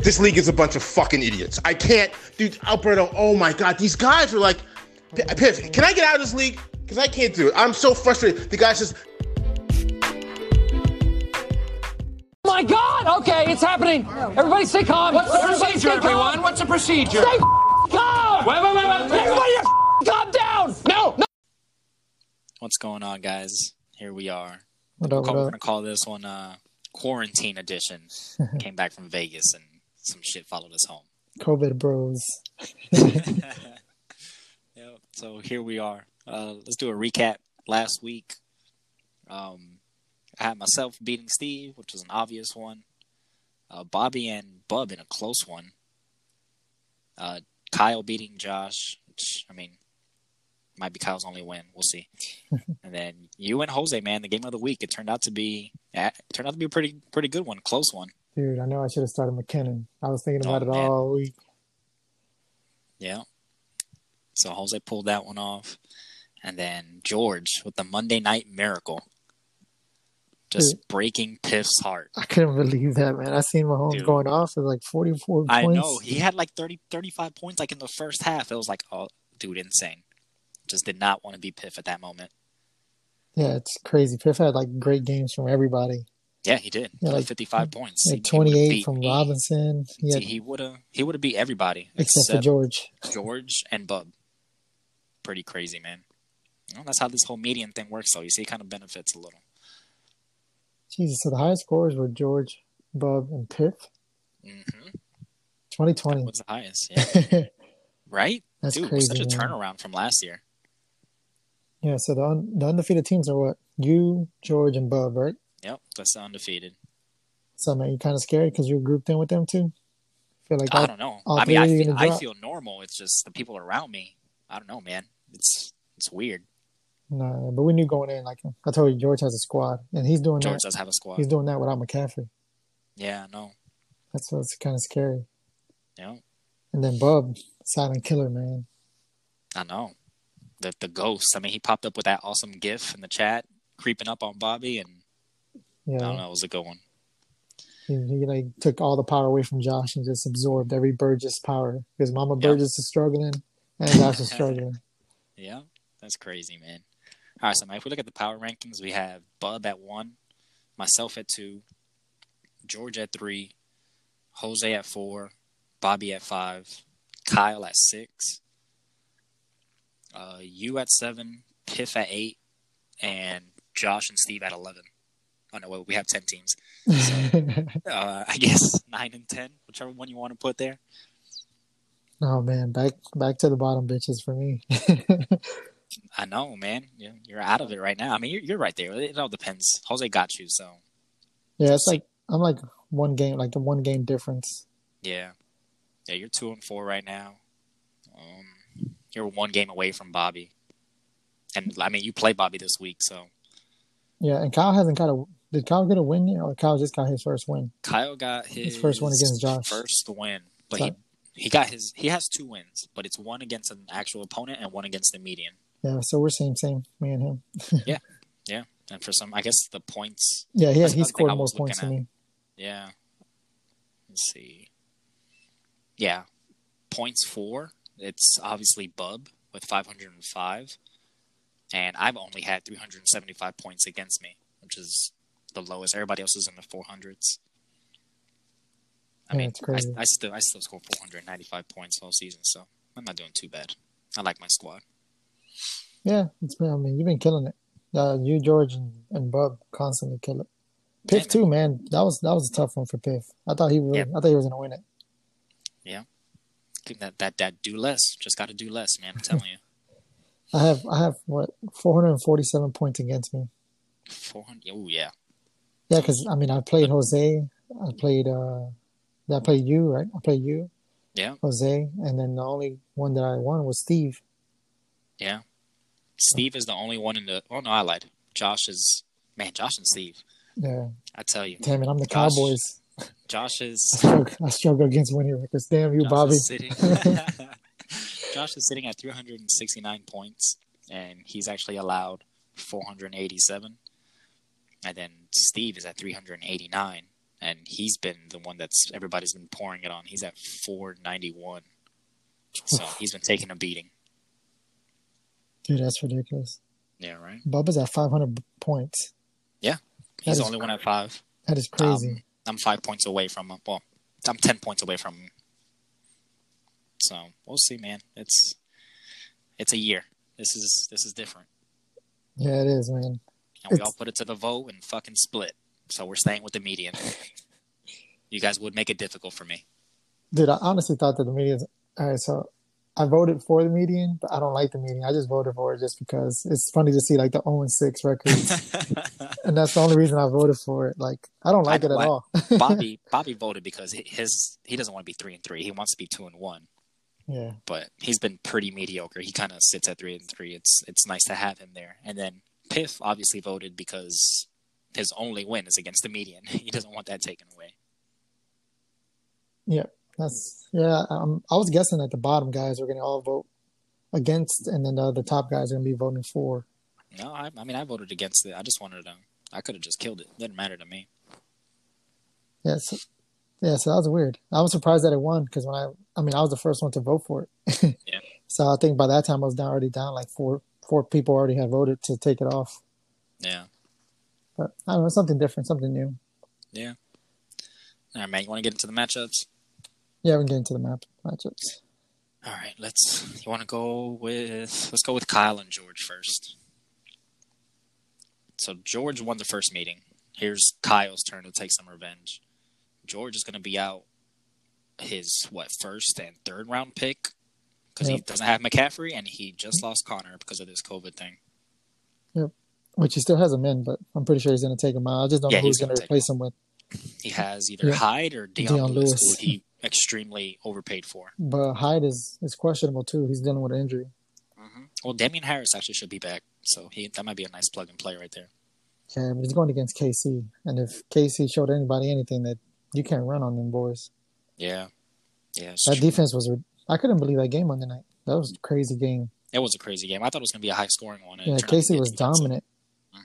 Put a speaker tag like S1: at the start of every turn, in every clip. S1: This league is a bunch of fucking idiots. I can't, dude. Alberto, oh my god, these guys were like, P- Piff, can I get out of this league? Because I can't do it. I'm so frustrated. The guy says,
S2: Oh my God! Okay, it's happening. Everybody stay calm.
S3: What's the
S2: Everybody
S3: procedure,
S2: stay calm.
S3: everyone? What's the procedure?
S2: Stay calm.
S3: Wait, wait, wait, wait.
S2: Everybody calm down. No, no.
S4: What's going on, guys? Here we are.
S5: What up,
S4: Call,
S5: what
S4: we're
S5: up?
S4: gonna call this one uh, quarantine edition. Came back from Vegas and some shit followed us home.
S5: COVID bros.
S4: Yep. So here we are. Uh, let's do a recap. Last week, um, I had myself beating Steve, which was an obvious one. Uh, Bobby and Bub in a close one. Uh, Kyle beating Josh, which I mean, might be Kyle's only win. We'll see. and then you and Jose, man, the game of the week. It turned out to be eh, it turned out to be a pretty pretty good one, close one.
S5: Dude, I know I should have started McKinnon. I was thinking
S4: Oh,
S5: about it
S4: man.
S5: all week.
S4: Yeah. So Jose pulled that one off. And then George with the Monday Night Miracle. Just breaking Piff's heart.
S5: I couldn't believe that, man. I seen Mahomes
S4: Dude.
S5: going off at like 44
S4: I
S5: points.
S4: know. He had like 30, 35 points like in the first half. It was like, oh, dude, insane. Just did not want to be Piff at that moment.
S5: Yeah, it's crazy. Piff had like great games from everybody.
S4: Yeah, he did.
S5: Yeah,
S4: like,
S5: like-
S4: 55 points.
S5: Like
S4: He- he would've
S5: 28
S4: beat-
S5: from
S4: he-
S5: Robinson.
S4: see,
S5: He had,
S4: He would have he would have beat everybody
S5: except for
S4: except
S5: George.
S4: George and Bub. Pretty crazy, man. Well, that's how this whole median thing works, though. You see, it kind of benefits a little.
S5: Jesus, so the highest scores were George, Bub, and Piff.
S4: Mm-hmm.
S5: 2020.
S4: What's the highest? Yeah. Right?
S5: That's
S4: Dude,
S5: crazy.
S4: such a
S5: man.
S4: turnaround from last year.
S5: Yeah, so the, un- the undefeated teams are what? You, George, and Bub, right?
S4: Yep, that's the undefeated.
S5: So, man, you're kind of scared because you're grouped in with them too. feel like
S4: I
S5: that,
S4: don't know.
S5: all
S4: I mean, I
S5: three
S4: feel,
S5: in a
S4: I
S5: drop.
S4: feel normal. It's just the people around me. I don't know, man. It's it's weird.
S5: no, but we knew going in. Like I told you, George has a squad, and he's doing
S4: George
S5: that.
S4: does have a squad.
S5: He's doing that without McCaffrey.
S4: Yeah, no,
S5: That's what's kind of scary.
S4: yeah,
S5: And then Bub, silent killer, man.
S4: I know. The the ghost. I mean, he popped up with that awesome GIF in the chat, creeping up on Bobby, and I don't
S5: Yeah,
S4: know, it was a good one.
S5: he, he like took all the power away from Josh and just absorbed every Burgess power because Mama
S4: Yeah.
S5: Burgess is struggling and Josh is struggling.
S4: Yeah, that's crazy, man. All right, so man, if we look at the power rankings, we have Bub at one, myself at two, George at three, Jose at four, Bobby at five, Kyle at six, uh, you at seven, Piff at eight, and Josh and Steve at eleven. Oh no, wait, we have ten teams. Uh, I guess nine and ten, whichever one you want to put there.
S5: oh man, back back to the bottom bitches for me.
S4: I know, man. You're you're out of it right now. I mean, you're, you're right there. It all depends. Jose got you, so
S5: yeah, it's like I'm like one game, like the one game difference.
S4: Yeah. Yeah, you're two and four right now. Um, you're one game away from Bobby. And I mean you play Bobby this week, so
S5: Yeah, and Kyle hasn't got a. Did Kyle get a win yet, or Kyle just got his first win?
S4: Kyle got his,
S5: His first win against Josh.
S4: First win. But
S5: Sorry.
S4: he he got his he has two wins, but it's one against an actual opponent and one against the median.
S5: Yeah, so we're same, same, me and him.
S4: And for some I guess the points
S5: Yeah, yeah,
S4: That's
S5: he
S4: another thing I
S5: scored more
S4: was looking
S5: points than
S4: at.
S5: me.
S4: yeah. Let's see. Yeah. Points four. It's obviously Bub with five hundred and five. and I've only had 375 points against me, which is the lowest. Everybody else is in the 400s. I
S5: Yeah,
S4: mean,
S5: it's crazy.
S4: I, I still I still scored 495 points all season, so I'm not doing too bad. I like my squad.
S5: Yeah, it's been. I mean, you've been killing it. Uh, you, George, and, and Bub constantly kill it. Piff
S4: Yeah,
S5: too, man. That was that was a tough one for Piff. I thought he would.
S4: Yeah.
S5: I thought he was gonna win it.
S4: Think That that that do less, just got to do less, man. I'm telling you.
S5: I have I have what 447 points against me.
S4: 400. Oh yeah,
S5: Yeah, because I mean, I played Jose. I played. uh I played you, right? I played you,
S4: yeah,
S5: Jose, and then the only one that I won was Steve.
S4: yeah. Steve is the only one in the. Oh no, I lied. Josh is man. Josh and Steve.
S5: Yeah,
S4: I tell you,
S5: damn it, I'm the
S4: Gosh.
S5: Cowboys.
S4: Josh is
S5: struggle- I struggle against winning records. Damn you,
S4: Josh
S5: Bobby.
S4: Is sitting, Josh is sitting at 369 points, and he's actually allowed 487. And then Steve is at 389, and he's been the one that's everybody's been pouring it on. He's at 491, so he's been taking a beating.
S5: Dude, that's ridiculous.
S4: Yeah, right.
S5: Bubba's at 500 points.
S4: He's
S5: is
S4: the only one at five.
S5: That is crazy.
S4: Um, I'm five points away from him. Well, I'm ten points away from him. So we'll see, man. It's it's a year. This is this is different,
S5: yeah, it is, man.
S4: and we
S5: It's-
S4: all put it to the vote and fucking split. So we're staying with the median. you guys would make it difficult for me.
S5: Dude, I honestly thought that the median. All right, so I voted for the median, but I don't like the median. I just voted for it just because it's funny to see like the 0 and 6 records, and that's the only reason I voted for it. Like, I don't like
S4: I
S5: it at
S4: like-
S5: all.
S4: Bobby Bobby voted because he- his he doesn't want to be three and three. He wants to be two and one.
S5: yeah,
S4: but he's been pretty mediocre. He kind of sits at three and three. It's it's nice to have him there. And then Piff obviously voted because his only win is against the median. He doesn't want that taken away.
S5: that's yeah. Um, I was guessing that the bottom guys are going to all vote against, and then the, the top guys are going to be voting for.
S4: No, I, I mean I voted against it. I just wanted to. I could have just killed it. Didn't matter to me.
S5: Yeah, so, yeah. So that was weird. I was surprised that it won because when I, I mean, I was the first one to vote for it.
S4: Yeah.
S5: So I think by that time I was down already down like four four people already had voted to take it off.
S4: Yeah.
S5: But I don't know, something different, something new.
S4: All right, man. You want to get into the matchups?
S5: Yeah, we can get into the map matchups.
S4: All right. Let's. You want to go with? Let's go with Kyle and George first. So George won the first meeting. Here's Kyle's turn to take some revenge. George is going to be out his what first and third round pick because he
S5: Yep.
S4: doesn't have McCaffrey and he just lost Connor because of this COVID thing.
S5: Which he still has him in, but I'm pretty sure he's going to take him out. I just don't
S4: Yeah,
S5: know who's
S4: he's gonna
S5: going to
S4: take
S5: replace him with.
S4: He has either
S5: Yeah.
S4: Hyde or Deion,
S5: Deion
S4: Lewis,
S5: Lewis.
S4: who he extremely overpaid for.
S5: But Hyde is, is questionable too. He's dealing with an injury.
S4: Well, Damian Harris actually should be back, so he that might be a nice plug and play right there.
S5: Yeah, but he's going against KC, and if KC showed anybody anything, that you can't run on them boys.
S4: Yeah, yeah. it's
S5: That
S4: true.
S5: defense was. rid- I couldn't believe that game on the night. That was a crazy game.
S4: It was a crazy game. I thought it was going to be a high scoring one. and it
S5: Yeah,
S4: turned out to be
S5: Casey
S4: a
S5: was
S4: defensive-
S5: dominant.
S4: Mhm.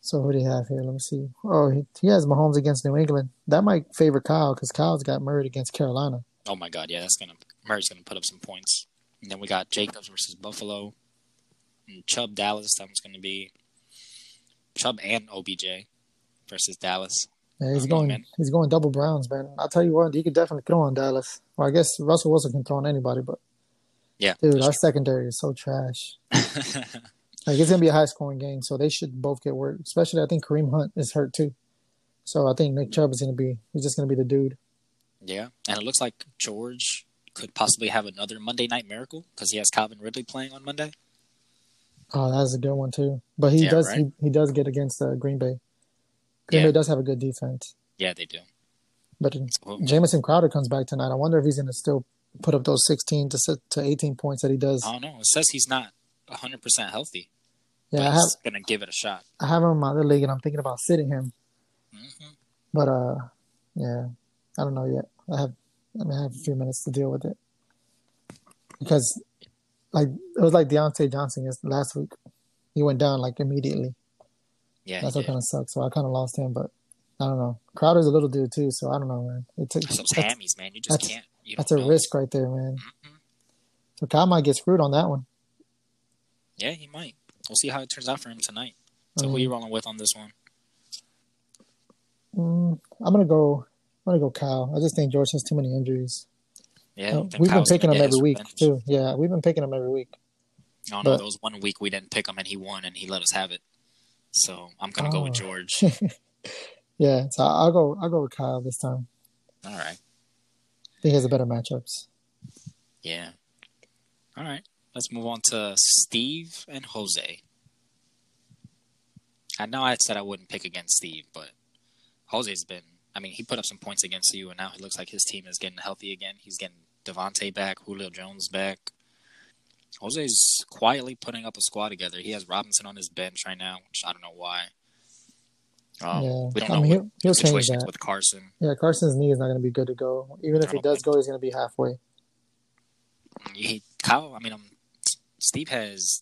S5: So who do you have here? Let me see. Oh, he, he has Mahomes against New England. That might favor Kyle because Kyle's got Murray against Carolina.
S4: Oh my god, yeah, that's gonna Murray's gonna put up some points. And then we got Jacobs versus Buffalo, and Chubb Dallas. That one's gonna be Chubb and OBJ versus Dallas.
S5: Yeah, he's
S4: I know,
S5: going.
S4: man.
S5: He's going double Browns, man. I'll tell you what, he could definitely throw on Dallas. Well, I guess Russell Wilson can throw on anybody, but
S4: Yeah,
S5: dude, our
S4: that's
S5: secondary is so trash.
S4: true.
S5: Like it's gonna be a high scoring game, so they should both get work. Especially, I think Kareem Hunt is hurt too, so I think Nick Chubb is gonna be. He's just gonna be the dude.
S4: yeah, and it looks like George could possibly have another Monday Night Miracle because he has Calvin Ridley playing on Monday.
S5: Oh, that's a good one too. But he
S4: Yeah,
S5: does.
S4: right.
S5: He, he does get against uh, Green Bay.
S4: Yeah.
S5: Green Bay does have a good defense,
S4: Yeah, they do.
S5: but
S4: Well,
S5: Jamison Crowder comes back tonight. I wonder if he's gonna still put up those sixteen to se- to eighteen points that he does.
S4: I don't know. It says he's not 100 percent healthy.
S5: yeah,
S4: but
S5: I
S4: I'm
S5: have
S4: just gonna give it a shot.
S5: I have him in my other league, and I'm thinking about sitting him.
S4: hmm
S5: But uh, yeah, I don't know yet. I have, I mean, I have a few minutes to deal with it because, like, it was like Deontay Johnson yes, last week. He went down like immediately.
S4: Yeah,
S5: That's
S4: he
S5: what
S4: did.
S5: kind of sucks. So I kind of lost him, but I don't know. Crowder's a little dude too, so I don't know, man. It took,
S4: Those
S5: that's,
S4: hammies, man. You just
S5: that's-
S4: can't. You
S5: that's a
S4: don't know.
S5: risk right there, man.
S4: Mhm.
S5: So Kyle might get screwed on that one.
S4: Yeah, he might. We'll see how it turns out for him tonight.
S5: I
S4: So who
S5: mean,
S4: you rolling with on this one?
S5: mm, I'm gonna go. I'm gonna go Kyle. I just think George has too many injuries.
S4: Yeah,
S5: Uh,
S4: I think
S5: we've been
S4: Kyle's
S5: picking
S4: gonna
S5: him
S4: get
S5: every
S4: his
S5: week
S4: revenge.
S5: too. Yeah, we've been picking him every week.
S4: I don't know.
S5: but-
S4: There was one week we didn't pick him and he won and he let us have it. So I'm gonna go with
S5: Oh.
S4: George.
S5: Yeah, so I'll go. I'll go with Kyle this time.
S4: All right.
S5: I think he has a better matchups.
S4: Yeah. All right. Let's move on to Steve and Jose. I know I said I wouldn't pick against Steve, but Jose's been. I mean, he put up some points against you, and now it looks like his team is getting healthy again. He's getting Devontae back, Julio Jones back. Jose's quietly putting up a squad together. He has Robinson on his bench right now, which I don't know why. Um,
S5: yeah,
S4: we don't
S5: I
S4: know what
S5: mean, he'll, he'll
S4: the
S5: change
S4: situation is
S5: that.
S4: with Carson.
S5: Yeah, Carson's knee is not going to be good to go. Even if
S4: I
S5: he
S4: don't
S5: does
S4: think-
S5: go, he's going to be halfway.
S4: He, Kyle, I mean, um, Steve has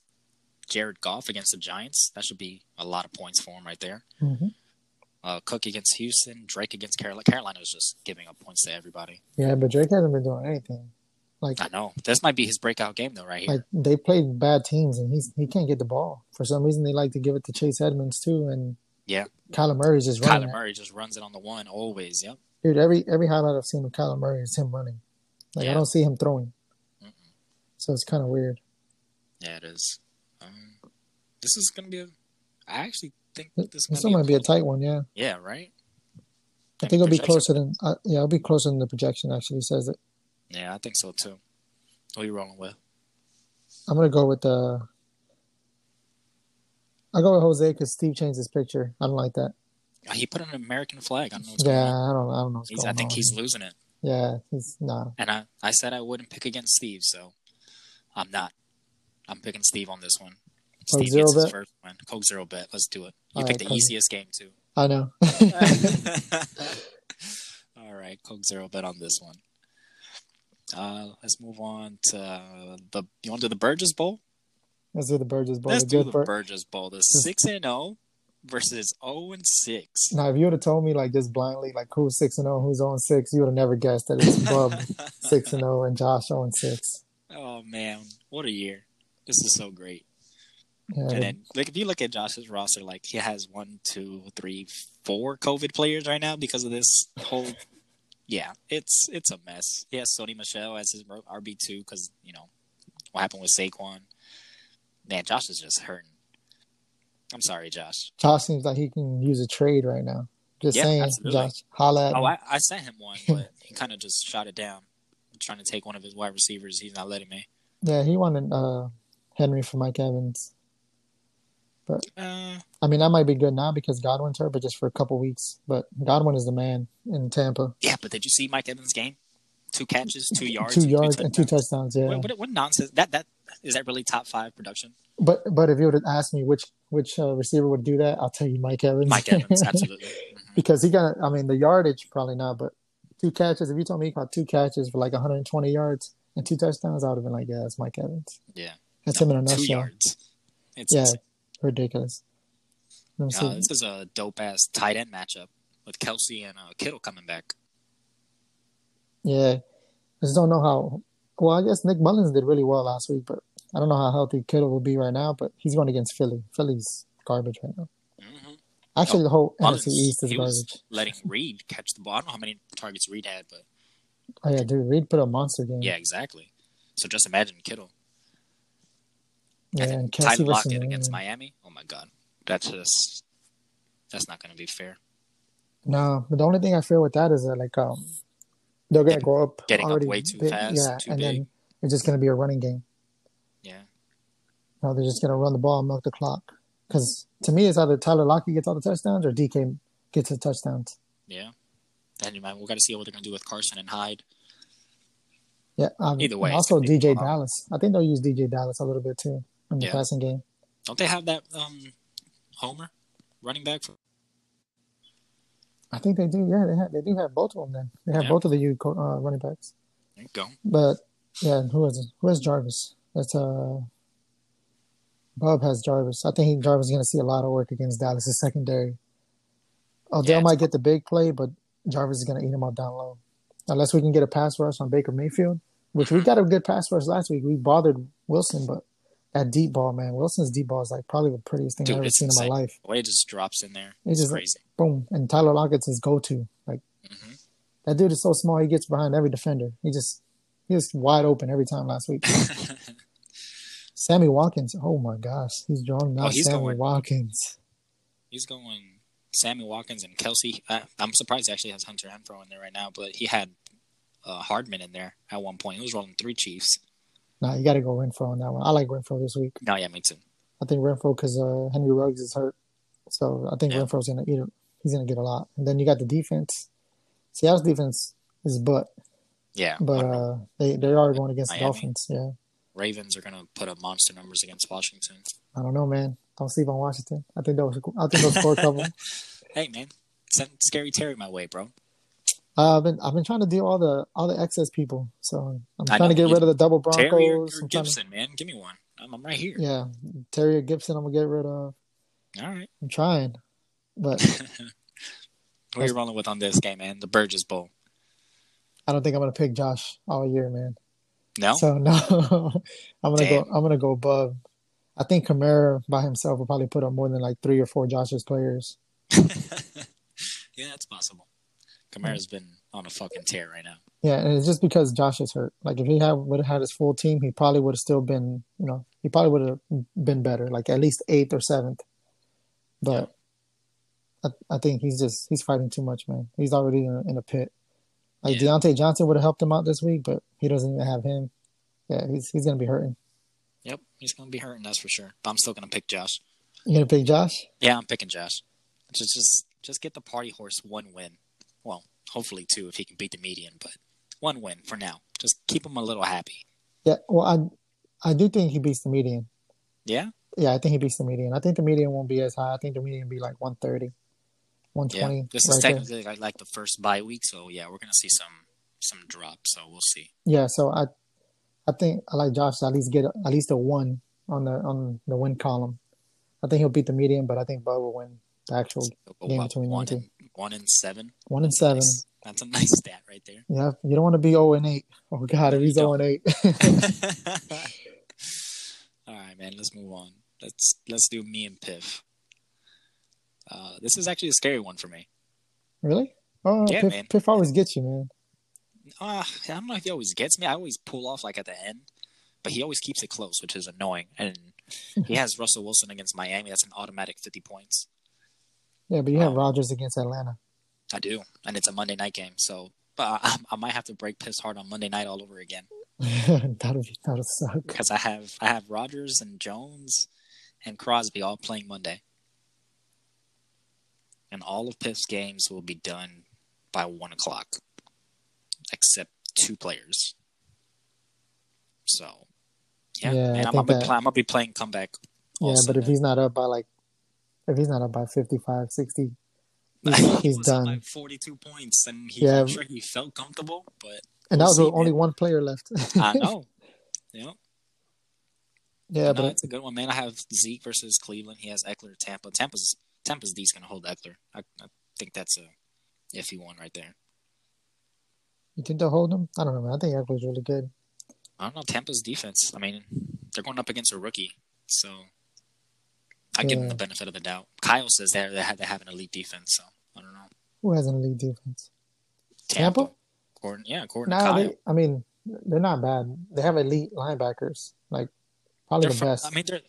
S4: Jared Goff against the Giants. That should be a lot of points for him right there.
S5: Mhm.
S4: Uh, Cook against Houston, Drake against Carolina. Carolina was just giving up points to everybody.
S5: Yeah, but Drake hasn't been doing anything. Like
S4: I know this might be his breakout game though, right here.
S5: like they play bad teams and he's he can't get the ball. For some reason they like to give it to Chase Edmonds too and
S4: Yeah.
S5: Kyler Murray's just running.
S4: Kyler
S5: it.
S4: Murray just runs it on the one always. Yep.
S5: Dude, every every highlight I've seen of Kyler Murray is him running. Like
S4: Yeah.
S5: I don't see him throwing.
S4: Mm-mm.
S5: So it's kinda weird.
S4: Yeah, it is. Um, this is gonna be. A, I actually think this
S5: This,
S4: is
S5: one
S4: gonna
S5: might be a tight one, yeah.
S4: Yeah, right.
S5: I think it'll be
S4: Projection.
S5: closer than uh, yeah, it'll be closer than the projection actually says it.
S4: Yeah, I think so too. Who you rolling with?
S5: I'm gonna go with the. I'll go with Jose because Steve changed his picture. I don't like that.
S4: Oh, he put an American flag. I don't know what's
S5: Yeah,
S4: going on.
S5: I don't. I don't know. What's
S4: He's,
S5: going
S4: I think
S5: on.
S4: he's losing it.
S5: Yeah, he's nah.
S4: And I, I said I wouldn't pick against Steve, so I'm not. I'm picking Steve on this one.
S5: Coke
S4: Steve
S5: Zero
S4: gets his
S5: bet?
S4: first one. Coke zero bet. Let's do it. You
S5: All
S4: picked
S5: right,
S4: the
S5: Coke.
S4: easiest game too.
S5: I know.
S4: All right, Coke zero bet on this one. Uh, let's move on to uh, the. You want to do the Burgess Bowl?
S5: Let's do the Burgess Bowl.
S4: Let's
S5: The
S4: do
S5: good
S4: the
S5: Bur-
S4: Burgess Bowl. The six and zero versus zero and six.
S5: now, if you would have told me like just blindly, like who's six and zero, who's on six, you would have never guessed that it's Bub six and zero and Josh on six.
S4: Oh man, what a year! This is so great.
S5: Yeah,
S4: And then, like, if you look at Josh's roster, like he has one, two, three, four COVID players right now because of this whole. yeah, it's it's a mess. He has Sony Michelle as his RB two because you know what happened with Saquon. Man, Josh is just hurting. I'm sorry, Josh.
S5: Josh seems like he can use a trade right now. Just
S4: Yeah,
S5: saying,
S4: absolutely.
S5: Josh, holla at
S4: Oh,
S5: me.
S4: I, I sent him one, but he kind of just shot it down. I'm trying to take one of his wide receivers. He's not letting me.
S5: Yeah, he wanted uh, Henry for Mike Evans.
S4: Uh,
S5: I mean, that might be good now because Godwin's hurt, but just for a couple weeks. But Godwin is the man in Tampa.
S4: yeah, but did you see Mike Evans' game? Two catches, two yards,
S5: two yards and two
S4: touchdowns.
S5: touchdowns. Yeah.
S4: What, what, what nonsense? That that is that really top five production?
S5: but but if you would have asked me which which uh, receiver would do that, I'll tell you Mike Evans.
S4: Mike Evans, absolutely. Mhm.
S5: because he got. I mean, the yardage probably not, but two catches. If you told me he caught two catches for like 120 yards and two touchdowns, I would have been like, yeah, it's Mike Evans.
S4: Yeah,
S5: That's him in a
S4: two
S5: nutshell.
S4: yards. It's
S5: Yeah.
S4: insane.
S5: Ridiculous. Let me see.
S4: Uh, this is a dope ass tight end matchup with Kelsey and uh, Kittle coming back.
S5: Yeah, I just don't know how. Well, I guess Nick Mullins did really well last week, but I don't know how healthy Kittle will be right now. But he's going against Philly. Philly's garbage right now.
S4: hmm
S5: Actually, the whole
S4: Oh, Mullins,
S5: NFC East is
S4: he was-
S5: garbage.
S4: Letting Reed catch the ball. I don't know how many targets Reed had, but
S5: Oh yeah, dude, Reed put a monster game.
S4: yeah, exactly. So just imagine Kittle.
S5: yeah,
S4: and then
S5: and Kelsey mm,
S4: Tyler
S5: versus
S4: Lockett against
S5: Miami.
S4: Miami. Oh my god, that's just that's not going to be fair.
S5: No, but the only thing I fear with that is that like um, they're gonna go up
S4: Getting up
S5: already
S4: way too
S5: big-
S4: fast,
S5: Yeah,
S4: too
S5: and
S4: big.
S5: then it's just gonna be a running game.
S4: Yeah,
S5: No, they're just gonna run the ball and milk the clock. Because to me, it's either Tyler Lockett gets all the touchdowns or DK gets the touchdowns.
S4: yeah. Then man, we got to see what they're going to do with Carson and Hyde.
S5: Yeah, um,
S4: Either way,
S5: and
S4: it's
S5: also
S4: gonna be
S5: DJ
S4: wild.
S5: Dallas. I think they'll use DJ Dallas a little bit too in the
S4: Yeah.
S5: passing game.
S4: Don't they have that um Homer running back? For,
S5: I think they do. Yeah, they have, they do have both of them. Then they have
S4: Yeah.
S5: both of the U co- uh, running backs.
S4: there you go.
S5: But yeah, who is who is Jarvis? That's uh, Bob has Jarvis. I think Jarvis is going to see a lot of work against Dallas' secondary. Odell
S4: Yeah, it's-
S5: might get the big play, but Jarvis is going to eat him up down low, unless we can get a pass rush on Baker Mayfield, which we got a good pass rush last week. We bothered Wilson, but that deep ball, man, Wilson's deep ball is like probably the prettiest thing
S4: Dude,
S5: I've ever
S4: it's
S5: seen in
S4: insane.
S5: my life.
S4: The way it just drops in there,
S5: It's
S4: it's,
S5: just like-
S4: crazy.
S5: Boom, and Tyler Lockett's his go-to. Like
S4: hmm
S5: that dude is so small, he gets behind every defender. He just he was wide open every time last week.
S4: Mm-hmm.
S5: Sammy Watkins, oh my gosh, he's drawing now.
S4: Oh, he's
S5: Sammy
S4: going-
S5: Watkins,
S4: He's going Sammy Watkins and Kelsey. I, I'm surprised he actually has Hunter Renfro in there right now, but he had uh, Hardman in there at one point. He was rolling three Chiefs.
S5: nah, you got to go Renfro on that one. I like Renfro this week.
S4: No, yeah, me too.
S5: I think Renfro because uh, Henry Ruggs is hurt, so I think
S4: Yeah.
S5: Renfro's gonna eat him. He's gonna get a lot. And then you got the defense. Seattle's defense is butt,
S4: Yeah,
S5: but
S4: Hunter-
S5: uh, they they are going against
S4: Miami.
S5: the Dolphins. Yeah,
S4: Ravens are going to put up monster numbers against Washington.
S5: I don't know, man. Don't sleep on Washington. I think they'll I think they'll score a couple.
S4: Hey, man, send Scary Terry my way, bro.
S5: Uh, I've been I've been trying to deal all the all the excess people, so I'm
S4: I
S5: trying to
S4: know.
S5: get rid of the double Broncos.
S4: Terry or
S5: I'm trying to-
S4: Gibson, man, give me one. I'm, I'm right here.
S5: yeah, Terry or Gibson. I'm gonna get rid of.
S4: All right.
S5: I'm trying, but
S4: Who are you rolling with on this game, man? The Burgess Bowl.
S5: I don't think I'm gonna pick Josh all year, man.
S4: No?
S5: So no, I'm gonna
S4: Damn.
S5: go. I'm gonna go above. I think Kamara by himself will probably put up more than like three or four Josh's players.
S4: yeah, that's possible. Kamara's been on a fucking tear right now.
S5: Yeah, and it's just because Josh is hurt. Like if he had would have had his full team, he probably would have still been, you know, he probably would have been better, like at least eighth or seventh. But I, I think he's just he's fighting too much, man. He's already in a, in a pit. Like
S4: Yeah.
S5: Deontay Johnson would have helped him out this week, but he doesn't even have him. Yeah, he's he's gonna be hurting.
S4: Yep, he's gonna be hurting, that's for sure. But I'm still gonna pick Josh.
S5: You gonna pick Josh?
S4: Yeah, I'm picking Josh. Just just just get the party horse one win. Well, hopefully two if he can beat the median, but one win for now. Just keep him a little happy.
S5: Yeah. Well, I I do think he beats the median.
S4: Yeah?
S5: Yeah, I think he beats the median. I think the median won't be as high. I think the median will be like 130,
S4: Yeah.
S5: 120.
S4: This is
S5: right there.
S4: technically like, like the first bye week, so yeah, we're gonna see some some drop, so we'll see.
S5: Yeah, so I, I think I like Josh to at least get at least a one on the on the win column. I think he'll beat the median, but I think Bud will win the actual
S4: We'll go
S5: Game
S4: up
S5: between
S4: one
S5: them
S4: and, one and seven.
S5: one and seven.
S4: Nice. That's a nice stat right there.
S5: Yeah, you don't want to be zero and eight. Oh God, if he's zero and eight,
S4: All right, man. Let's move on. Let's let's do me and Piff. Uh, this is actually a scary one for me.
S5: really? Oh,
S4: Yeah,
S5: Piff,
S4: man.
S5: Piff always gets you, man.
S4: Uh, I don't know if he always gets me. I always pull off like at the end, but he always keeps it close, which is annoying. And he has Russell Wilson against Miami. That's an automatic fifty points.
S5: Yeah, but you have
S4: Oh.
S5: Rogers against Atlanta.
S4: I do, and it's a Monday night game, so but I, I might have to break Piff's heart on Monday night all over again
S5: that'll be that'll suck.
S4: because I have I have Rogers and Jones and Crosby all playing Monday, and all of Piff's games will be done by one o'clock, except two players. So, yeah,
S5: Yeah,
S4: man,
S5: I
S4: I'm
S5: think
S4: gonna, be
S5: that-
S4: pla- I'm gonna be playing comeback. all
S5: Yeah, but
S4: Sunday.
S5: if he's not up by like, if he's not up by 55, 60, he's,
S4: He
S5: he's
S4: was up,
S5: done.
S4: Like 42 points, and he,
S5: Yeah.
S4: I'm sure he felt comfortable, but
S5: and that was
S4: we'll see,
S5: only
S4: man.
S5: one player left.
S4: I know. Yeah,
S5: yeah,
S4: no,
S5: but
S4: it's a good one, man. I have Zeke versus Cleveland. He has Eckler, Tampa. Tampa's Tampa's D's gonna hold Eckler. I, I think that's a iffy one right there.
S5: you think they'll hold him? I don't know, man. I think Eckler's really good.
S4: I don't know Tampa's defense. I mean, they're going up against a rookie, so I give them
S5: Yeah.
S4: the benefit of the doubt. Kyle says they they have, they have an elite defense, so I don't know.
S5: Who has an elite defense? Tampa?
S4: According, yeah, according to
S5: No,
S4: Kyle.
S5: they, I mean they're not bad. They have elite linebackers, like probably
S4: They're
S5: the
S4: fr-
S5: best.
S4: I mean, they're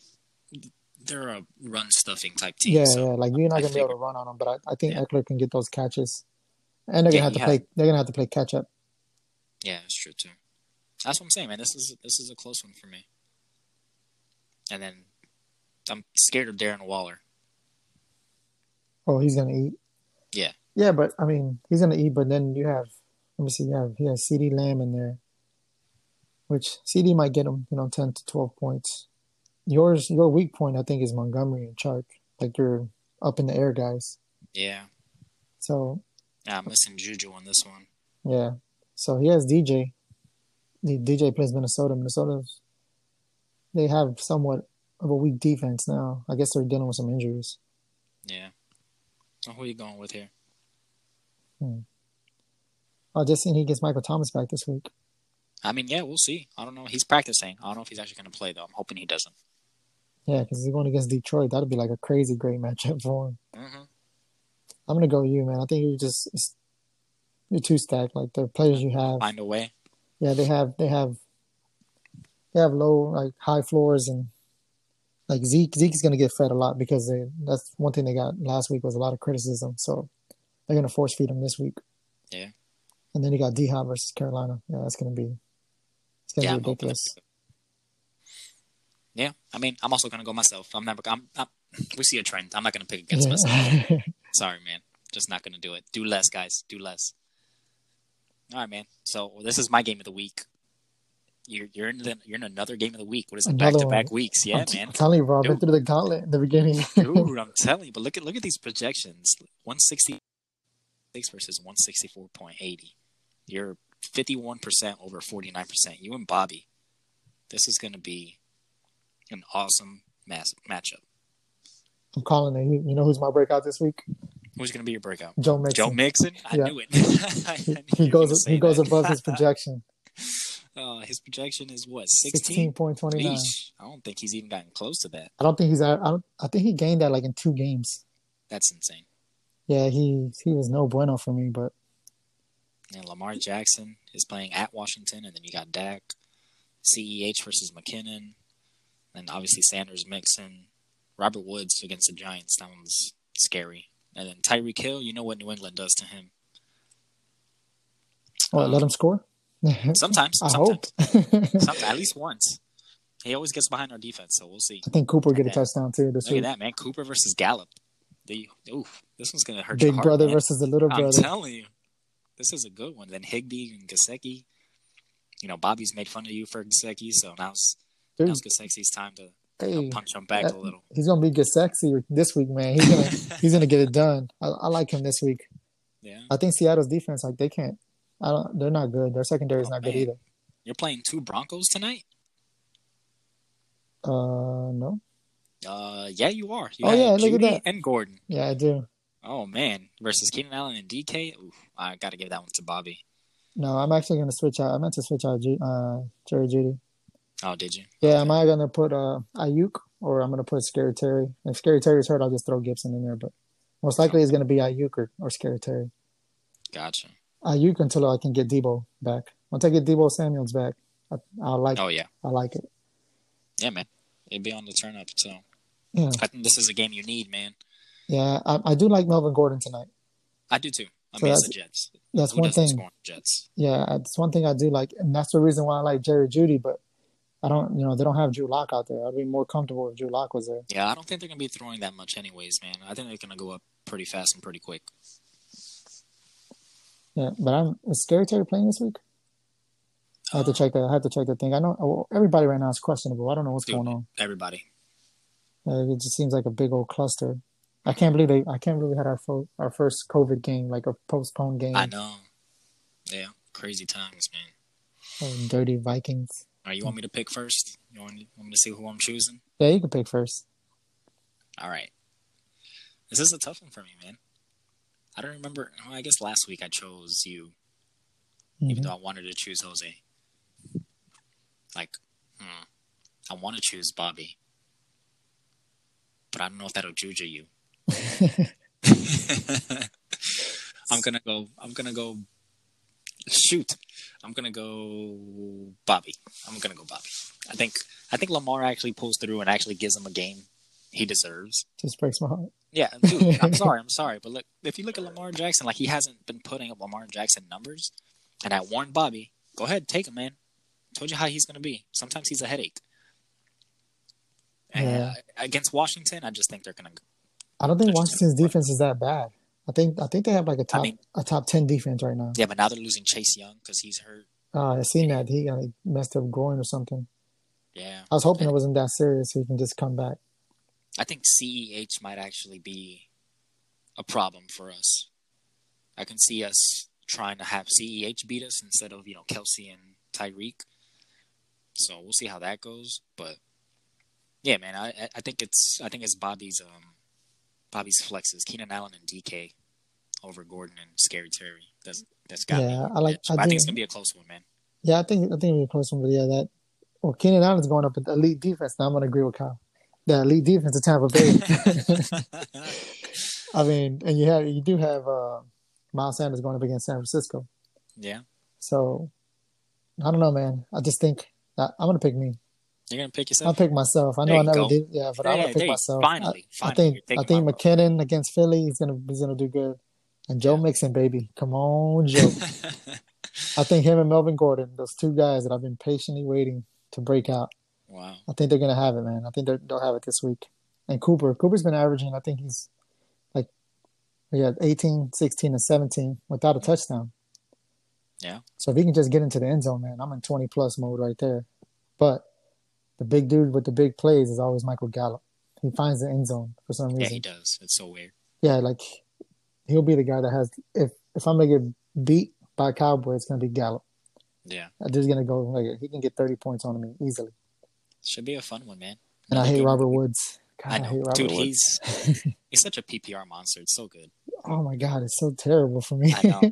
S4: they're a run stuffing type team.
S5: yeah,
S4: so.
S5: yeah. Like you're not
S4: I
S5: gonna be able to
S4: figured-
S5: run on them, but I, I think
S4: Yeah.
S5: Eckler can get those catches, and they're gonna
S4: Yeah,
S5: have to
S4: yeah.
S5: play. They're gonna have to play catch up.
S4: Yeah, it's true too. That's what I'm saying, man. This is this is a close one for me. And then I'm scared of Darren Waller.
S5: Oh, he's gonna eat.
S4: Yeah.
S5: Yeah, but I mean he's gonna eat. But then you have let me see. You have he has CD Lamb in there, which CD might get him you know ten to twelve points. Yours your weak point I think is Montgomery and Chark. Like you're up in the air guys.
S4: Yeah,
S5: So
S4: Yeah, I'm missing Juju on this one.
S5: Yeah. So he has DJ. The DJ plays Minnesota. Minnesota's they have somewhat of a weak defense now. I guess they're dealing with some injuries.
S4: Yeah. So who are you going with here?
S5: I Oh, just seen he gets Michael Thomas back this week.
S4: I mean, yeah, we'll see. I don't know. He's practicing. I don't know if he's actually going to play though. I'm hoping he doesn't.
S5: Yeah, because he's going against Detroit. That'd be like a crazy great matchup for him.
S4: hmm
S5: I'm gonna go with you, man. I think you're just it's- you're too stacked. Like the players you have,
S4: Find a way.
S5: yeah, they have they have they have low like high floors and like Zeke Zeke's gonna get fed a lot because they that's one thing they got last week was a lot of criticism. So they're gonna force feed him this week.
S4: Yeah.
S5: And then you got D Hop versus Carolina. Yeah, that's gonna be it's gonna
S4: Yeah,
S5: be
S4: I'm hoping
S5: ridiculous.
S4: to- yeah, I mean, I'm also going to go myself. I'm never. I'm, I'm. We see a trend. I'm not going to pick against myself.
S5: Yeah.
S4: Sorry, man. Just not gonna do it. Do less, guys. Do less. All right, man. So this is my game of the week. You're you're in the, you're in another game of the week. What is it? Back
S5: Another
S4: to back
S5: one.
S4: weeks. Yeah,
S5: I'm, t-
S4: man.
S5: I'm telling you, bro, I've been
S4: Dude.
S5: through the gauntlet in the beginning.
S4: Dude, I'm telling you. But look at look at these projections. 166 versus 164.80. You're 51 percent over 49 percent. You and Bobby. This is gonna be an awesome mass matchup.
S5: I'm calling it. You, you know who's my breakout this week?
S4: Who's going to be your breakout?
S5: Joe Mixon.
S4: Joe Mixon. I
S5: Yeah.
S4: knew it. I
S5: he,
S4: knew you
S5: he
S4: would
S5: goes
S4: say
S5: he goes
S4: that.
S5: above his projection.
S4: Uh, his projection is what
S5: Sixteen
S4: 16.
S5: point twenty nine.
S4: Yeesh. I don't think he's even gotten close to that.
S5: I don't think he's. at- I don't. I think he gained that like in two games.
S4: That's insane.
S5: Yeah, he he was no bueno for me, but
S4: And Lamar Jackson is playing at Washington, and then you got Dak, CEH versus McKinnon, and obviously Sanders, Mixon, Robert Woods against the Giants. That one's scary. And then Tyreek Hill, you know what New England does to him.
S5: oh,
S4: Um,
S5: let him score. I
S4: Sometimes, sometimes,
S5: hope. I
S4: sometimes, at least once. He always gets behind our defense, so we'll see.
S5: think Cooper get a
S4: Yeah.
S5: touchdown too this
S4: Look at
S5: week.
S4: that, man. Cooper versus Gallup. The oof, this one's gonna hurt. your
S5: Big
S4: heart,
S5: brother
S4: man.
S5: versus the little
S4: I'm
S5: brother.
S4: telling you, this is a good one. Then Higby and Gasecki. You know, Bobby's made fun of you for Gasecki, so now's
S5: Dude,
S4: now's Gasecki's time to you know,
S5: hey,
S4: punch him back
S5: that-
S4: a little.
S5: he's gonna be get sexy this week, man. He's gonna he's gonna get it done. I, I like him this week.
S4: Yeah,
S5: I think Seattle's defense, like they can't. I don't. They're not good. Their secondary is
S4: Oh,
S5: not good
S4: man.
S5: either.
S4: you're playing two Broncos tonight.
S5: Uh, no.
S4: Uh, yeah, you are. You
S5: Oh,
S4: have
S5: yeah, look at
S4: Judy
S5: that.
S4: And Gordon.
S5: Yeah, I do.
S4: Oh man, versus Keenan Allen and DK. Oof, I gotta give that one to Bobby.
S5: No, I'm actually gonna switch out. I meant to switch out Ju- uh, Jerry Judy.
S4: Oh, did you?
S5: Yeah, am I gonna put uh Ayuk or I'm gonna put Scary Terry? If Scary Terry's hurt, I'll just throw Gibson in there. But most likely it's gonna be Ayuk or, or Scary Terry.
S4: Gotcha.
S5: Ayuk until I can get Debo back. Once I get Debo Samuel's back, I, I like
S4: Oh yeah,
S5: I like it.
S4: yeah, man. It'd be on the turn up. So
S5: Yeah,
S4: I think this is a game you need, man.
S5: yeah. I, I do like Melvin Gordon tonight.
S4: I do too. I
S5: So
S4: mean, it's
S5: that's-
S4: the Jets.
S5: That's
S4: Who
S5: one
S4: doesn't
S5: thing.
S4: score on the Jets?
S5: Yeah, that's one thing I do like, and that's the reason why I like Jerry Judy. But I don't, you know, they don't have Drew Lock out there. I'd be more comfortable if Drew Lock was there.
S4: Yeah, I don't think they're gonna be throwing that much, anyways, man. I think they're gonna go up pretty fast and pretty quick.
S5: Yeah, but I'm is Scary Terry playing this week? I have to
S4: Uh,
S5: check that. I have to check that thing. I know well, everybody right now is questionable. I don't know what's
S4: Dude.
S5: going on.
S4: Everybody.
S5: Uh, it just seems like a big old cluster. I can't believe they. I can't believe we had our fo- our first COVID game, like a postponed game.
S4: I know. Yeah, crazy times, man.
S5: Oh, dirty Vikings.
S4: All right, you want me to pick first? You want, you want me to see who I'm choosing?
S5: Yeah, you can pick first.
S4: All right. This is a tough one for me, man. I don't remember. Well, I guess last week I chose you, even
S5: Mhm.
S4: though I wanted to choose Jose. Like, hmm, I want to choose Bobby, but I don't know if that'll juju you. I'm gonna go. I'm gonna go. Shoot, I'm gonna go Bobby. I'm gonna go Bobby. I think. I think Lamar actually pulls through and actually gives him a game he deserves.
S5: Just breaks my heart.
S4: Yeah, dude, I'm sorry, I'm sorry, but look, if you look at Lamar Jackson, like he hasn't been putting up Lamar Jackson numbers, and I warned Bobby, go ahead, take him, man. Told you how he's gonna be. Sometimes he's a headache. And,
S5: Yeah.
S4: uh, against Washington, I just think they're gonna.
S5: I don't think
S4: That's
S5: Washington's
S4: terrible.
S5: defense is that bad. I think I think they have like a top
S4: mean-
S5: a top ten defense right now.
S4: Yeah, but now they're losing Chase Young because he's hurt.
S5: Uh, I seen that he got like, messed up groin or something.
S4: Yeah,
S5: I was hoping it wasn't that serious. So he can just come back.
S4: I think CEH might actually be a problem for us. I can see us trying to have CEH beat us instead of, you know, Kelsey and Tyreek. So we'll see how that goes. But yeah, man, I, I- I think it's I think it's Bobby's um Bobby's flexes, Keenan Allen and DK over Gordon and Scary Terry. That's that's got me.
S5: Yeah, I like-
S4: But I,
S5: I
S4: think
S5: do-
S4: it's gonna be a close one, man.
S5: Yeah, I think I think it'll be a close one, but yeah, that well Keenan Allen's going up with elite defense. Now I'm gonna agree with Kyle. The elite defense of Tampa Bay. I mean, and you have you do have uh Miles Sanders going up against San Francisco.
S4: yeah.
S5: So I don't know, man. I just think I, I'm gonna pick me.
S4: You're gonna pick
S5: I'll
S4: yourself.
S5: pick myself. I know
S4: There
S5: I
S4: you
S5: never
S4: go.
S5: did. Yeah, but I'm
S4: Yeah,
S5: gonna
S4: there
S5: pick
S4: you-
S5: myself.
S4: finally,
S5: I,
S4: finally, you're
S5: I think
S4: taking
S5: I think
S4: my vote.
S5: McKinnon against Philly, he's gonna he's gonna do good. And Joe
S4: Yeah.
S5: Mixon, baby, come on, Joe. I think him and Melvin Gordon, those two guys that I've been patiently waiting to break out.
S4: wow.
S5: I think they're gonna have it, man. I think they're- they'll have it this week. And Cooper, Cooper's been averaging. I think he's like he had 18, 16, and 17 without a touchdown.
S4: Yeah.
S5: So if he can just get into the end zone, man, I'm in 20 plus mode right there. But the big dude with the big plays is always Michael Gallup. He finds the end zone for some
S4: Yeah,
S5: reason.
S4: he does. It's so weird.
S5: yeah, like he'll be the guy that has. If if I'm gonna get beat by a Cowboy, it's gonna be Gallup.
S4: Yeah.
S5: I'm just gonna go like he can get 30 points on me easily.
S4: Should be a fun one, man.
S5: And I
S4: Another
S5: hate
S4: good one.
S5: Robert Woods. God,
S4: I know,
S5: hate Robert
S4: dude.
S5: Woods.
S4: He's he's such a PPR monster. It's so good.
S5: Oh my God, it's so terrible for me.
S4: I know.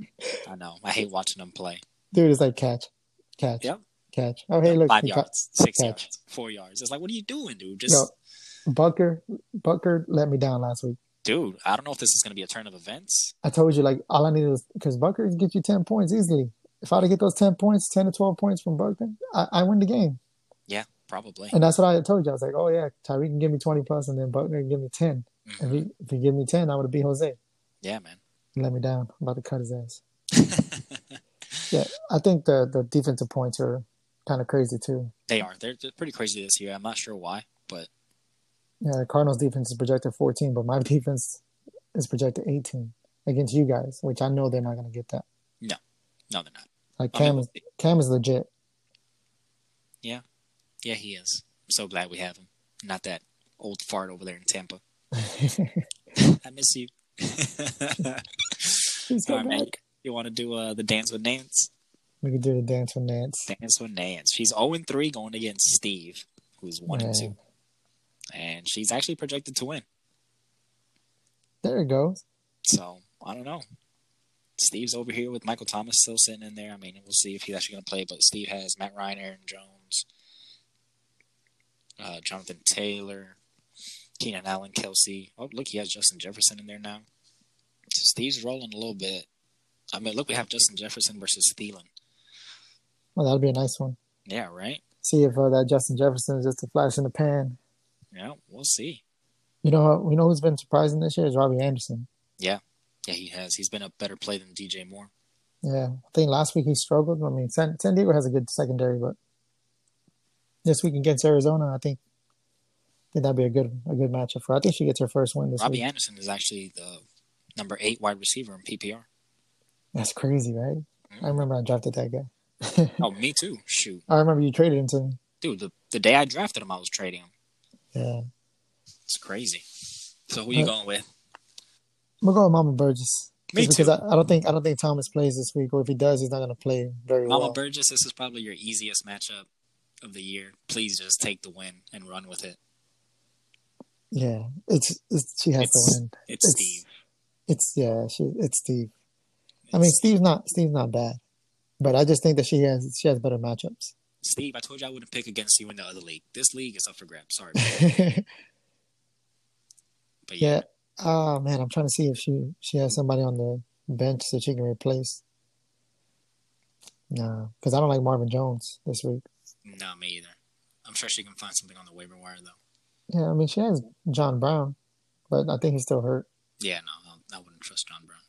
S4: I know. I hate watching him play.
S5: Dude, it's like catch, catch,
S4: Yep.
S5: catch. Oh, hey, look,
S4: Five
S5: he caught-
S4: yards, six
S5: catch.
S4: yards, four yards. It's like, what are you doing, dude? Just,
S5: No, Bucker, Bucker let me down last week.
S4: dude. I don't know if this is going to be a turn of events.
S5: I told you, like, all I needed was because Bucker could get you 10 points easily. If I'd have get those 10 points, 10 to 12 points from Bucker, I, I win the game.
S4: Probably.
S5: And that's what I had told you. I was like, oh, yeah, Tyreek can give me 20 plus, and then Bucker can give me 10. If
S4: Mhm.
S5: he, if he give me 10, I would have beat Jose.
S4: Yeah, man.
S5: He let me down. I'm about to cut his ass. Yeah, I think the, the defensive points are kind of crazy, too.
S4: they are. They're, they're pretty crazy this year. I'm not sure why, but
S5: Yeah, the Cardinals defense is projected 14, but my defense is projected 18 against you guys, which I know they're not going to get that.
S4: no, they're not.
S5: Like
S4: I mean,
S5: Cam, is Cam is legit.
S4: yeah, he is. I'm so glad we have him. Not that old fart over there in Tampa. I miss you.
S5: He's
S4: All
S5: got
S4: right, man.
S5: back.
S4: You want to do uh, the dance with Nance?
S5: We could do the dance with Nance.
S4: Dance with Nance. She's 0 and 3 going against Steve, who's 1 and 2.
S5: Man,
S4: And she's actually projected to win.
S5: There it goes.
S4: So I don't know. Steve's over here with Michael Thomas still sitting in there. I mean, we'll see if he's actually going to play. But Steve has Matt Ryan, Aaron Jones, uh, Jonathan Taylor, Keenan Allen, Kelsey. Oh, look, he has Justin Jefferson in there now. So Steve's rolling a little bit. I mean, look, we have Justin Jefferson versus Thielen.
S5: Well, that'd be a nice one.
S4: Yeah, right.
S5: See if uh, that Justin Jefferson is just a flash in the pan.
S4: Yeah, we'll see.
S5: You know, we know who's been surprising this year is Robbie Anderson.
S4: Yeah, he has. He's been a better play than DJ Moore.
S5: Yeah, I think last week he struggled. I mean, San, San Diego has a good secondary, but this week against Arizona, I think, I think that'd be a good a good matchup for. her. I think she gets her first win this
S4: Robbie
S5: week.
S4: Anderson is actually the number eight wide receiver in PPR.
S5: That's crazy, right? I remember I drafted that guy.
S4: Oh, me too. Shoot.
S5: I remember you traded him to me.
S4: Dude, the, the day I drafted him, I was trading him.
S5: Yeah,
S4: It's crazy. So who you
S5: Uh,
S4: going with?
S5: we'll go with Mama Burgess.
S4: Me
S5: Just
S4: too.
S5: Because I, I don't think I don't think Thomas plays this week, or if he does, he's not going to play very
S4: Mama
S5: well.
S4: Burgess, this is probably your easiest matchup of the year. Please just take the win and run with it.
S5: Yeah, it's, it's she has
S4: It's-
S5: to win.
S4: It's,
S5: It's-
S4: Steve.
S5: It's yeah, she it's Steve. I mean,
S4: It's-
S5: Steve's not Steve's not bad, but I just think that she has she has better matchups.
S4: Steve, I told you I wouldn't pick against you in the other league. This league is up for grabs. Sorry. But yeah,
S5: yeah. Oh man, I'm trying to see if she she has somebody on the bench that she can replace. No, because I don't like Marvin Jones this week.
S4: no, me either. I'm sure she can find something on the waiver wire, though.
S5: Yeah, I mean she has John Brown, but I think he's still hurt.
S4: Yeah, no, I- I wouldn't trust John Brown.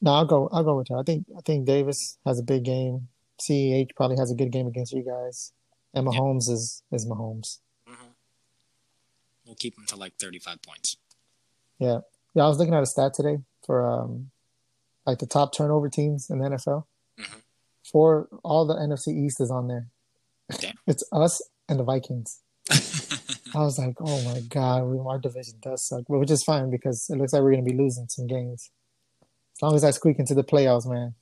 S5: No, I'll go. I'll go with her. I think I think Davis has a big game. Ceh probably has a good game against you guys, and
S4: Yeah.
S5: Mahomes is is Mahomes.
S4: Mm-hmm. We'll keep him to like 35 points.
S5: Yeah, I was looking at a stat today for um, like the top turnover teams in the NFL.
S4: Mhm.
S5: For all the NFC East is on there.
S4: Damn.
S5: It's us and the Vikings. I was like, oh my god, we, our division does suck, but which is fine because it looks like we're gonna be losing some games. As long as I squeak into the playoffs, man,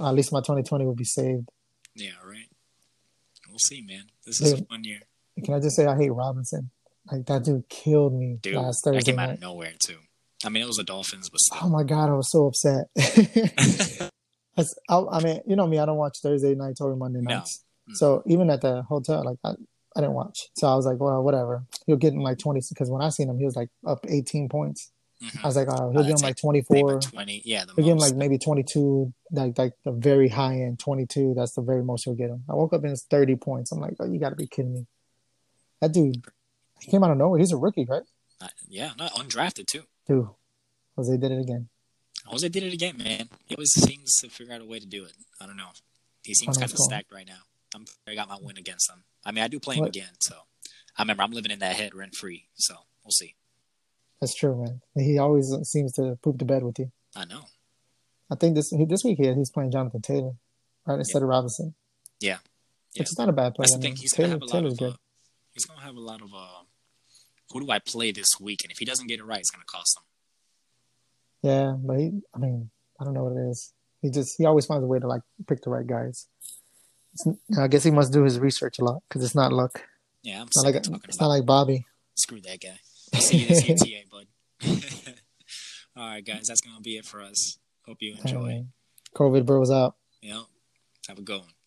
S5: at least my 2020 will be saved.
S4: yeah, right. We'll see, man. This is a
S5: Dude.
S4: fun year.
S5: And Can I just say I hate Robinson? Like that dude killed me
S4: Dude,
S5: last
S4: that
S5: Thursday
S4: came out
S5: night.
S4: of nowhere, too. I mean, it was the Dolphins, but still.
S5: Oh my god, I was so upset. That's- I, I mean, you know me, I don't watch Thursday nights or Monday
S4: No.
S5: nights.
S4: Mm.
S5: So even at the hotel, like I, I didn't watch. So I was like, well, whatever. He'll get in like 20 because when I seen him, he was like up 18 points.
S4: Mhm.
S5: I was like, oh, he'll
S4: Oh,
S5: get him
S4: that's
S5: like
S4: Maybe
S5: 24.
S4: 20. Yeah, the
S5: He'll get him
S4: most.
S5: like maybe 22, like like the very high end 22. That's the very most he'll get him. I woke up and it's 30 points. I'm like, oh, you got to be kidding me. That dude he came out of nowhere. He's a rookie, right?
S4: Uh, yeah, not undrafted too.
S5: Dude, Jose did it again.
S4: Jose did it again, man. He always seems to figure out a way to do it. I don't know. He seems
S5: know
S4: kind
S5: what's
S4: of
S5: going on.
S4: stacked right now. I'm, I got my win against him. I mean, I do play him
S5: What?
S4: again, so I remember I'm living in that head rent free. So we'll see.
S5: That's true, man. He always seems to poop the bed with you.
S4: I know.
S5: I think this he, this week he, he's playing Jonathan Taylor, right instead of Robinson.
S4: Yeah. Yeah.
S5: which is not a bad play.
S4: That's
S5: I
S4: the
S5: mean,
S4: thing. He's
S5: Taylor,
S4: gonna have a lot
S5: Taylor's
S4: of. Uh,
S5: good.
S4: he's gonna have a lot of. Uh, who do I play this week? And if he doesn't get it right, it's gonna cost him.
S5: Yeah, but he, I mean, I don't know what it is. He just he always finds a way to like pick the right guys. It's, I guess he must do his research a lot because it's not luck.
S4: Yeah, I'm
S5: It's not
S4: sick
S5: like
S4: of talking
S5: it's not
S4: about.
S5: like Bobby.
S4: Screw that guy. I'll see you this year, TA, bud. All right, guys, that's gonna be it for us. Hope you enjoy.
S5: COVID bros out.
S4: You know, have a good one.